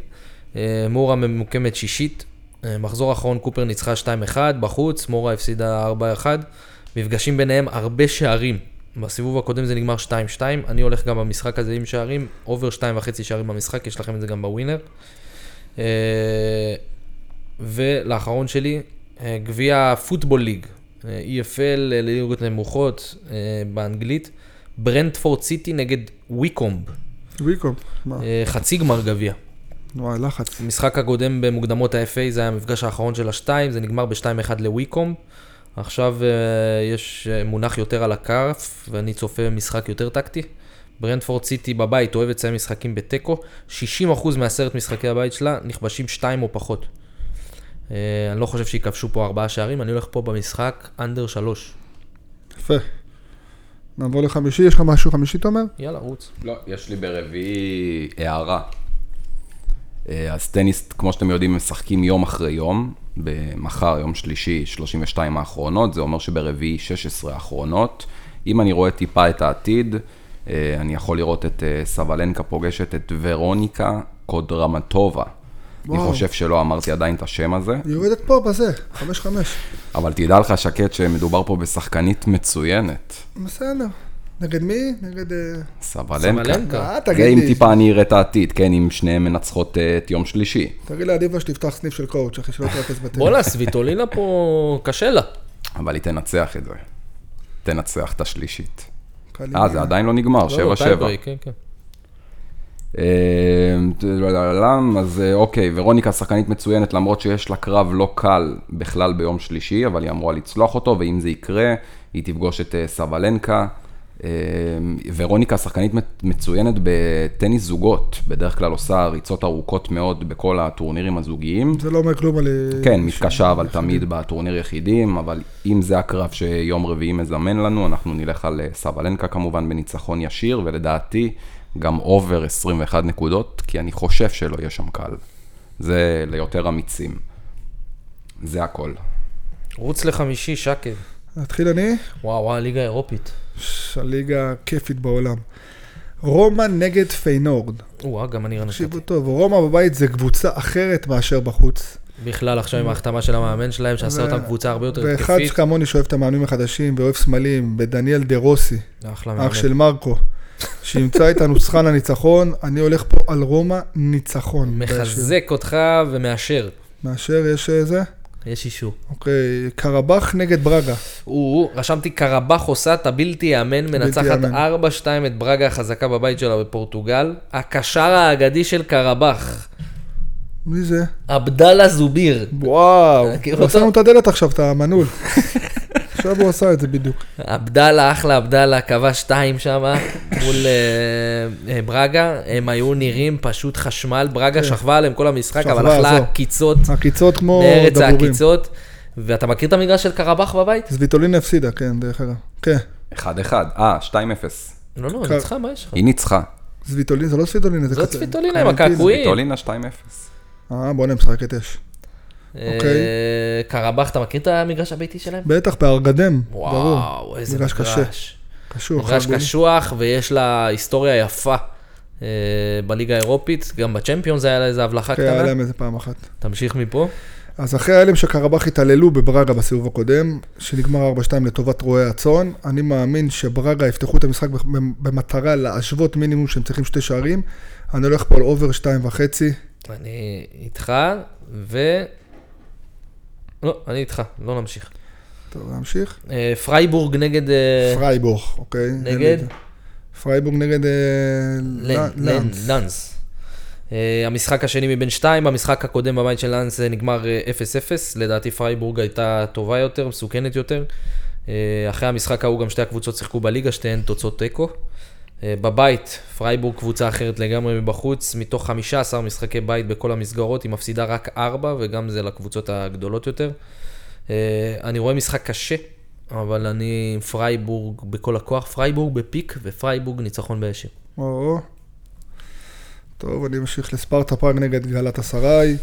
Speaker 3: אה, מורה ממוקמת שישית. אה, מחזור אחרון קופר ניצחה 2-1 בחוץ, מורה הפסידה 4-1. מפגשים ביניהם הרבה שערים. בסיבוב הקודם זה נגמר 2-2, אני הולך גם במשחק הזה עם שערים, אובר 2.5 שערים במשחק, יש לכם את זה גם בווינר. אה, ולאחרון שלי, אה, גביע פוטבול ליג, אה, EFL אה, לליגות נמוכות אה, באנגלית, ברנדפורד סיטי נגד ויקומב,
Speaker 2: ויקום. מה?
Speaker 3: אה, חצי גמר גביע.
Speaker 2: וואי, לחץ.
Speaker 3: המשחק הקודם במוקדמות ה-FA זה היה המפגש האחרון של השתיים, זה נגמר ב-2-1 לוויקום. עכשיו אה, יש אה, מונח יותר על הכף, ואני צופה משחק יותר טקטי. ברנדפורד סיטי בבית אוהב לציין משחקים בתיקו, 60% מעשרת משחקי הבית שלה נכבשים 2 או פחות. אה, אני לא חושב שיכבשו פה 4 שערים, אני הולך פה במשחק אנדר 3.
Speaker 2: יפה. נעבור לחמישי, יש לך משהו חמישי, תומר?
Speaker 3: יאללה, רוץ.
Speaker 1: לא, יש לי ברביעי הערה. אה, אז טניס, כמו שאתם יודעים, משחקים יום אחרי יום. במחר, יום שלישי, 32 האחרונות, זה אומר שברביעי, 16 האחרונות. אם אני רואה טיפה את העתיד, אה, אני יכול לראות את אה, סבלנקה פוגשת את ורוניקה קודרמטובה. אני
Speaker 2: וואו.
Speaker 1: חושב שלא אמרתי עדיין את השם הזה.
Speaker 2: היא יורדת פה, בזה. חמש חמש.
Speaker 1: אבל תדע לך, שקד, שמדובר פה בשחקנית מצוינת.
Speaker 2: בסדר. נגד מי? נגד... אה,
Speaker 1: סבלנקה.
Speaker 3: סבלנקה.
Speaker 2: אה,
Speaker 1: זה
Speaker 2: תגיד
Speaker 1: אם
Speaker 2: לי.
Speaker 1: טיפה אני אראה את העתיד, כן, אם שניהם מנצחות אה, את יום שלישי.
Speaker 2: תגיד לאדיבה שתפתח סניף של קואוצ', אחי, שלא תרפס בטלפון.
Speaker 3: בואנה, סוויטולינה פה קשה לה.
Speaker 1: אבל היא תנצח את זה. תנצח את השלישית.
Speaker 2: קל לי.
Speaker 1: אה, זה עדיין לא נגמר, 7-7.
Speaker 3: לא, לא, טייברי, כן, כן.
Speaker 1: אה, לא יודע למה, אז אה, אוקיי, ורוניקה שחקנית מצוינת, למרות שיש לה קרב לא קל בכלל ביום שלישי, אבל היא אמורה לצלוח אותו, ואם זה יקרה, היא תפגוש את אה, סבלנקה. אה, ורוניקה שחקנית מצ- מצוינת בטניס זוגות, בדרך כלל עושה ריצות ארוכות מאוד בכל הטורנירים הזוגיים.
Speaker 2: זה לא אומר כלום על... אה,
Speaker 1: כן, מתקשה אבל תמיד בטורניר יחידים, אבל אם זה הקרב שיום רביעי מזמן לנו, אנחנו נלך על אה, סבלנקה כמובן בניצחון ישיר, ולדעתי גם אובר 21 נקודות, כי אני חושב שלא יהיה שם קל. זה ליותר אמיצים. זה הכל.
Speaker 3: רוץ לחמישי, שקד.
Speaker 2: נתחיל אני?
Speaker 3: וואו, וואו, ליגה אירופית.
Speaker 2: ש- הליגה הכיפית בעולם. רומא נגד פיינורד.
Speaker 3: וואו, אה, גם אני רנשתי.
Speaker 2: תקשיבו טוב, רומא בבית זה קבוצה אחרת מאשר בחוץ.
Speaker 3: בכלל עכשיו עם ההחתמה של המאמן שלהם, שעשה
Speaker 2: ו-
Speaker 3: אותם קבוצה הרבה יותר
Speaker 2: ואחד
Speaker 3: התקפית.
Speaker 2: שכמוני שאוהב את המאמנים החדשים ואוהב סמלים, בדניאל דה רוסי,
Speaker 3: אחלה מאמן.
Speaker 2: אח של מרקו, שימצא את הנוסחה לניצחון, אני הולך פה על רומא ניצחון.
Speaker 3: מחזק אותך ומאשר.
Speaker 2: מאשר יש אה, זה?
Speaker 3: יש אישור.
Speaker 2: אוקיי, קרבח נגד ברגה.
Speaker 3: הוא, רשמתי קרבח עושה את הבלתי ייאמן, מנצחת
Speaker 2: ייאמן.
Speaker 3: 4-2 את ברגה החזקה בבית שלה בפורטוגל. הקשר האגדי של קרבח,
Speaker 2: מי זה?
Speaker 3: עבדאללה זוביר.
Speaker 2: וואו,
Speaker 3: מכיר
Speaker 2: הוא עשה
Speaker 3: אותו?
Speaker 2: לנו את הדלת עכשיו, את המנעול. עכשיו הוא עשה את זה בדיוק.
Speaker 3: עבדאללה, אחלה עבדאללה, כבש 2 שם מול אה, אה, ברגה. הם היו נראים פשוט חשמל. ברגה שכבה עליהם כל המשחק, אבל
Speaker 2: כן. שכבה,
Speaker 3: אכלה
Speaker 2: זהו.
Speaker 3: עקיצות
Speaker 2: עקיצות כמו
Speaker 3: מארץ
Speaker 2: דבורים.
Speaker 3: העקיצות. ואתה מכיר את המגרש של קרבח בבית?
Speaker 2: זוויטולינה הפסידה, כן, דרך אגב. כן,
Speaker 1: 1-1, אה, 2-0.
Speaker 3: לא, לא,
Speaker 2: ק-
Speaker 3: ניצחה, מה יש לך?
Speaker 1: היא ניצחה.
Speaker 2: זוויטולינה, זה לא זוויטולינה, זה
Speaker 3: זאת
Speaker 2: קצ-
Speaker 3: צפיתולינה עם
Speaker 2: קלנטינה.
Speaker 3: הקעקועים.
Speaker 1: ויטולינה 2-0.
Speaker 2: אה, בואנה, משחקת אש. אוקיי.
Speaker 3: אה, קרבח, אתה מכיר את המגרש הביתי שלהם?
Speaker 2: בטח, בהרגדם, ברור.
Speaker 3: וואו, איזה
Speaker 2: מגרש
Speaker 3: מגרש.
Speaker 2: קשה. קשור.
Speaker 3: מגרש
Speaker 2: חגול.
Speaker 3: קשוח, ויש לה היסטוריה יפה אה, בליגה האירופית, גם בצ'מפיונס היה לה איזו הבלחה
Speaker 2: כן, היה
Speaker 3: קטנה.
Speaker 2: להם איזה פעם אחת.
Speaker 3: תמשיך מפה.
Speaker 2: אז אחרי ההלם שקרבח התעללו בברגה בסיבוב הקודם, שנגמר 4-2 לטובת רועי הצאן, אני מאמין שברגה יפתחו את המשחק במטרה להשוות מינימום שהם צריכים שתי שערים. אני הולך פה על אובר 2.5.
Speaker 3: אני איתך, ו... לא, אני איתך, לא נמשיך.
Speaker 2: טוב, להמשיך.
Speaker 3: אה, פרייבורג נגד... אה,
Speaker 2: פרייבורג, אוקיי?
Speaker 3: נגד?
Speaker 2: פרייבורג נגד אה,
Speaker 3: לנ-
Speaker 2: ל-
Speaker 3: לנ-
Speaker 2: לנס.
Speaker 3: לנס. אה, המשחק השני מבין שתיים, המשחק הקודם בבית של לאנס אה, נגמר אה, 0-0, לדעתי פרייבורג הייתה טובה יותר, מסוכנת יותר. אה, אחרי המשחק ההוא גם שתי הקבוצות שיחקו בליגה, שתיהן תוצאות תיקו. אה, בבית, פרייבורג קבוצה אחרת לגמרי מבחוץ, מתוך 15 משחקי בית בכל המסגרות, היא מפסידה רק 4, וגם זה לקבוצות הגדולות יותר. אה, אני רואה משחק קשה, אבל אני עם פרייבורג בכל הכוח, פרייבורג בפיק ופרייבורג ניצחון בישיר.
Speaker 2: או. טוב, אני אמשיך לספרטה פראג נגד גלת אסריי.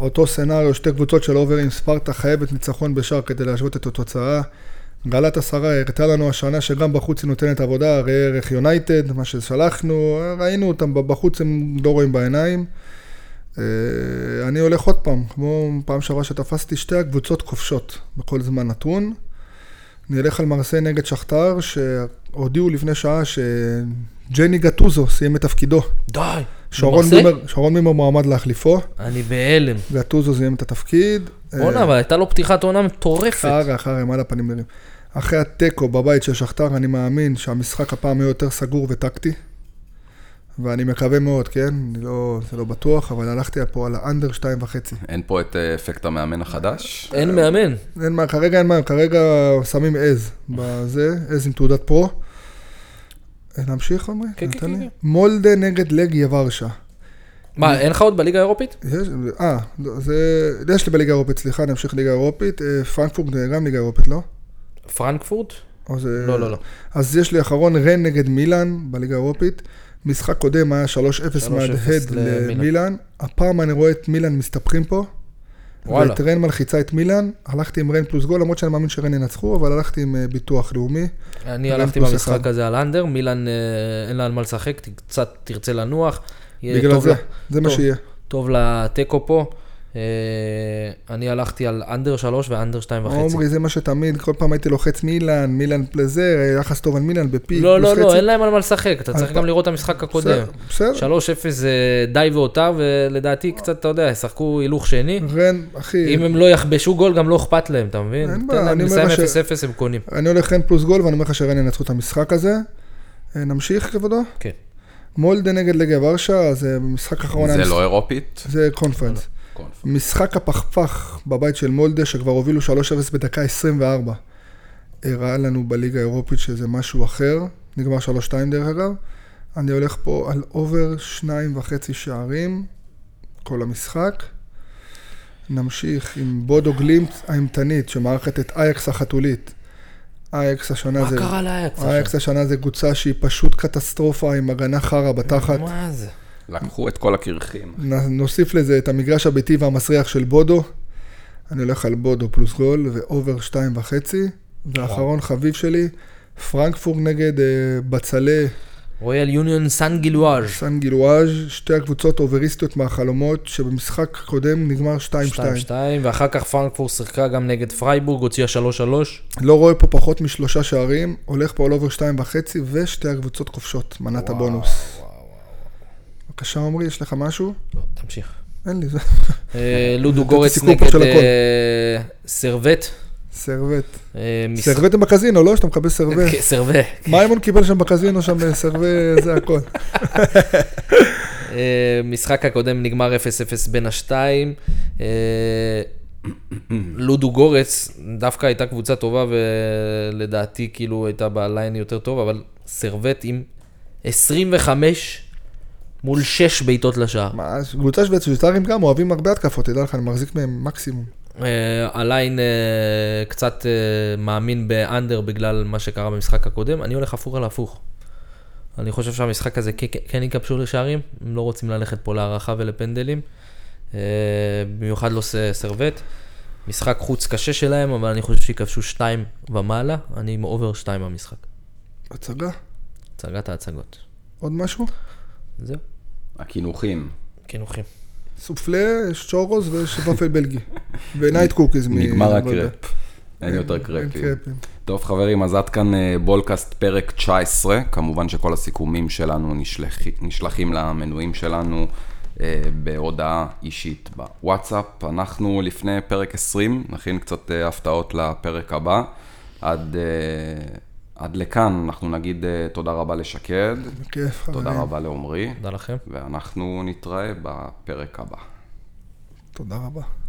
Speaker 2: אותו סצנריו, שתי קבוצות של אוברים, ספרטה חייבת ניצחון בשער כדי להשוות את התוצאה. גלת אסריי הראתה לנו השנה שגם בחוץ היא נותנת עבודה, ראה ערך יונייטד, מה ששלחנו, ראינו אותם בחוץ, הם לא רואים בעיניים. אה, אני הולך עוד פעם, כמו פעם שעברה שתפסתי, שתי הקבוצות כובשות בכל זמן נתון. נלך על מרסיי נגד שכתר, שהודיעו לפני שעה שג'ני גטוזו סיים את תפקידו.
Speaker 3: די.
Speaker 2: שרון אה.
Speaker 3: במרסיי?
Speaker 2: בימר, שרון בימר מועמד להחליפו,
Speaker 3: אני בהלם.
Speaker 2: גטוזו סיים את התפקיד.
Speaker 3: בואנה,
Speaker 2: אה,
Speaker 3: אבל הייתה לו פתיחת עונה מטורפת.
Speaker 2: חרא, חרא, מה לפנים נראים. אחרי התיקו בבית של שכתר, אני מאמין שהמשחק הפעם יהיה יותר סגור וטקטי. ואני מקווה מאוד, כן? אני לא, זה לא בטוח, אבל הלכתי פה על האנדר שתיים וחצי.
Speaker 1: אין פה את אה, אפקט המאמן החדש.
Speaker 3: אין מאמן.
Speaker 2: אין מה, כרגע אין מה, כרגע שמים עז בזה, עז עם תעודת פרו. אה, נמשיך, עמרי?
Speaker 3: כן,
Speaker 2: נתן
Speaker 3: כן,
Speaker 2: לי?
Speaker 3: כן.
Speaker 2: מולדה נגד לגיה ורשה.
Speaker 3: מה, אין לך עוד בליגה האירופית?
Speaker 2: יש, אה, לא, זה, יש לי בליגה האירופית, סליחה, נמשיך ליגה אירופית. אה, פרנקפורט זה גם ליגה אירופית, לא?
Speaker 3: פרנקפורט?
Speaker 2: או זה...
Speaker 3: לא, לא, לא.
Speaker 2: אז יש לי אחרון רן נגד מילאן בליגה האירופית. משחק קודם היה 3-0 מהדהד
Speaker 3: למילאן.
Speaker 2: למילאן. הפעם אני רואה את מילאן מסתבכים פה.
Speaker 3: וואלה.
Speaker 2: ואת רן מלחיצה את מילאן. הלכתי עם רן פלוס גול, למרות שאני מאמין שרן ינצחו, אבל הלכתי עם אה, ביטוח לאומי.
Speaker 3: אני
Speaker 2: גם
Speaker 3: הלכתי
Speaker 2: פלוס
Speaker 3: במשחק
Speaker 2: אחד.
Speaker 3: הזה על אנדר, מילאן אה, אין לה על מה לשחק, ת- קצת תרצה לנוח. יהיה
Speaker 2: בגלל
Speaker 3: טוב
Speaker 2: זה,
Speaker 3: לה-
Speaker 2: זה מה
Speaker 3: טוב.
Speaker 2: שיהיה.
Speaker 3: טוב לתיקו פה. אה, אני הלכתי על אנדר 3 ואנדר 2.5.
Speaker 2: עומרי, זה מה שתמיד, כל פעם הייתי לוחץ מילאן, מילאן פלזר, יחס טוב על מילאן בפיק.
Speaker 3: לא, לא,
Speaker 2: פלוס
Speaker 3: לא,
Speaker 2: חצי.
Speaker 3: אין להם על מה לשחק, אתה
Speaker 2: אז
Speaker 3: צריך
Speaker 2: אתה-
Speaker 3: גם לראות את המשחק הקודם.
Speaker 2: אה, בסדר, בסדר.
Speaker 3: 3-0 זה די ואותה, ולדעתי קצת, אתה יודע, ישחקו הילוך
Speaker 2: אה.
Speaker 3: שני.
Speaker 2: רן, אחי,
Speaker 3: אם הם לא יכבשו גול, גם לא אכפת להם, אתה מבין?
Speaker 2: אין
Speaker 3: תן
Speaker 2: בעיה,
Speaker 3: להם
Speaker 2: אני אומר
Speaker 3: לסיים 0-0,
Speaker 2: לך ש-
Speaker 3: הם קונים.
Speaker 2: אני הולך רן פלוס גול, ואני אומר לך שרן ינצחו את המשחק הזה. אה, נמשיך, כבודו?
Speaker 3: כן.
Speaker 2: מולדה נגד לגיה ורשה, זה משחק אחרון.
Speaker 1: זה
Speaker 2: היה
Speaker 1: לא
Speaker 2: משחק-
Speaker 1: אירופית.
Speaker 2: זה קונפרנס.
Speaker 1: קונפ.
Speaker 2: משחק הפכפך בבית של מולדה, שכבר הובילו 3-0 בדקה 24. הראה לנו בליגה האירופית שזה משהו אחר, נגמר 3-2 דרך אגב. אני הולך פה על אובר שניים וחצי שערים, כל המשחק. נמשיך עם בודו גלימפס האימתנית, שמארחת את אייקס החתולית. אייקס השנה
Speaker 3: מה
Speaker 2: זה... אה,
Speaker 3: קרה לאייקס
Speaker 2: אייקס השנה זה קבוצה שהיא פשוט קטסטרופה עם הגנה חרא בתחת.
Speaker 3: מה זה?
Speaker 1: לקחו את כל הקרחים.
Speaker 2: נ- נוסיף לזה את המגרש הביתי והמסריח של בודו. אני הולך על בודו פלוס גול ואובר שתיים וחצי. ואחרון חביב שלי, פרנקפורט נגד אה, בצלה
Speaker 3: רויאל יוניון סן גילואז'
Speaker 2: סן גילואז', שתי הקבוצות אובריסטיות מהחלומות, שבמשחק קודם נגמר 2-2.
Speaker 3: 2-2, ואחר כך פרנקפורט שיחקה גם נגד פרייבורג, הוציאה 3-3.
Speaker 2: לא רואה פה פחות משלושה שערים, הולך פה על אובר שתיים וחצי, ושתי הקבוצות כובשות, מנת הבונוס. בבקשה עמרי, יש לך משהו?
Speaker 3: לא, תמשיך.
Speaker 2: אין לי, זה
Speaker 3: אה, לודו
Speaker 2: זה
Speaker 3: גורץ
Speaker 2: הסיכום פה
Speaker 3: נגד
Speaker 2: של הכל.
Speaker 3: אה, סרבט.
Speaker 2: סרבט.
Speaker 3: אה, מש-
Speaker 2: סרבט הם בקזינו, לא? שאתה מקבל סרבט.
Speaker 3: כן, סרבט.
Speaker 2: מימון קיבל שם בקזינו, שם אה, סרבט, זה הכל.
Speaker 3: אה, משחק הקודם נגמר 0-0 בין השתיים. אה, לודו גורץ דווקא הייתה קבוצה טובה ולדעתי כאילו הייתה בליין יותר טוב, אבל סרבט עם 25 מול 6 בעיטות לשער.
Speaker 2: מה, קבוצה שוויצרים גם אוהבים הרבה התקפות, תדע לך, אני מחזיק מהם מקסימום.
Speaker 3: אה, הליין אה, קצת אה, מאמין באנדר בגלל מה שקרה במשחק הקודם, אני הולך הפוך על הפוך. אני חושב שהמשחק הזה כן- כן ייכבשו לשערים, הם לא רוצים ללכת פה להערכה ולפנדלים, אה, במיוחד לא ס- סרבט. משחק חוץ קשה שלהם, אבל אני חושב שייכבשו שתיים ומעלה, אני עם אובר שתיים במשחק.
Speaker 2: הצגה?
Speaker 3: הצגת ההצגות.
Speaker 2: עוד משהו?
Speaker 3: זהו,
Speaker 1: הקינוחים.
Speaker 3: קינוחים.
Speaker 2: סופלה, יש צ'ורוז ויש ופל בלגי. ונייט קוקיז. מ-
Speaker 1: נגמר
Speaker 2: לא יודע.
Speaker 1: הקרפ. אין יותר
Speaker 2: אין
Speaker 1: קרפים.
Speaker 2: קרפים.
Speaker 1: טוב חברים, אז עד כאן אה, בולקאסט פרק 19. כמובן שכל הסיכומים שלנו נשלח, נשלחים למנויים שלנו אה, בהודעה אישית בוואטסאפ. אנחנו לפני פרק 20, נכין קצת אה, הפתעות לפרק הבא. עד, אה, עד לכאן אנחנו נגיד אה, תודה רבה לשקד,
Speaker 2: בכיף, חברים.
Speaker 1: תודה רבה לעומרי,
Speaker 3: תודה לכם.
Speaker 1: ואנחנו נתראה בפרק הבא.
Speaker 2: תודה רבה.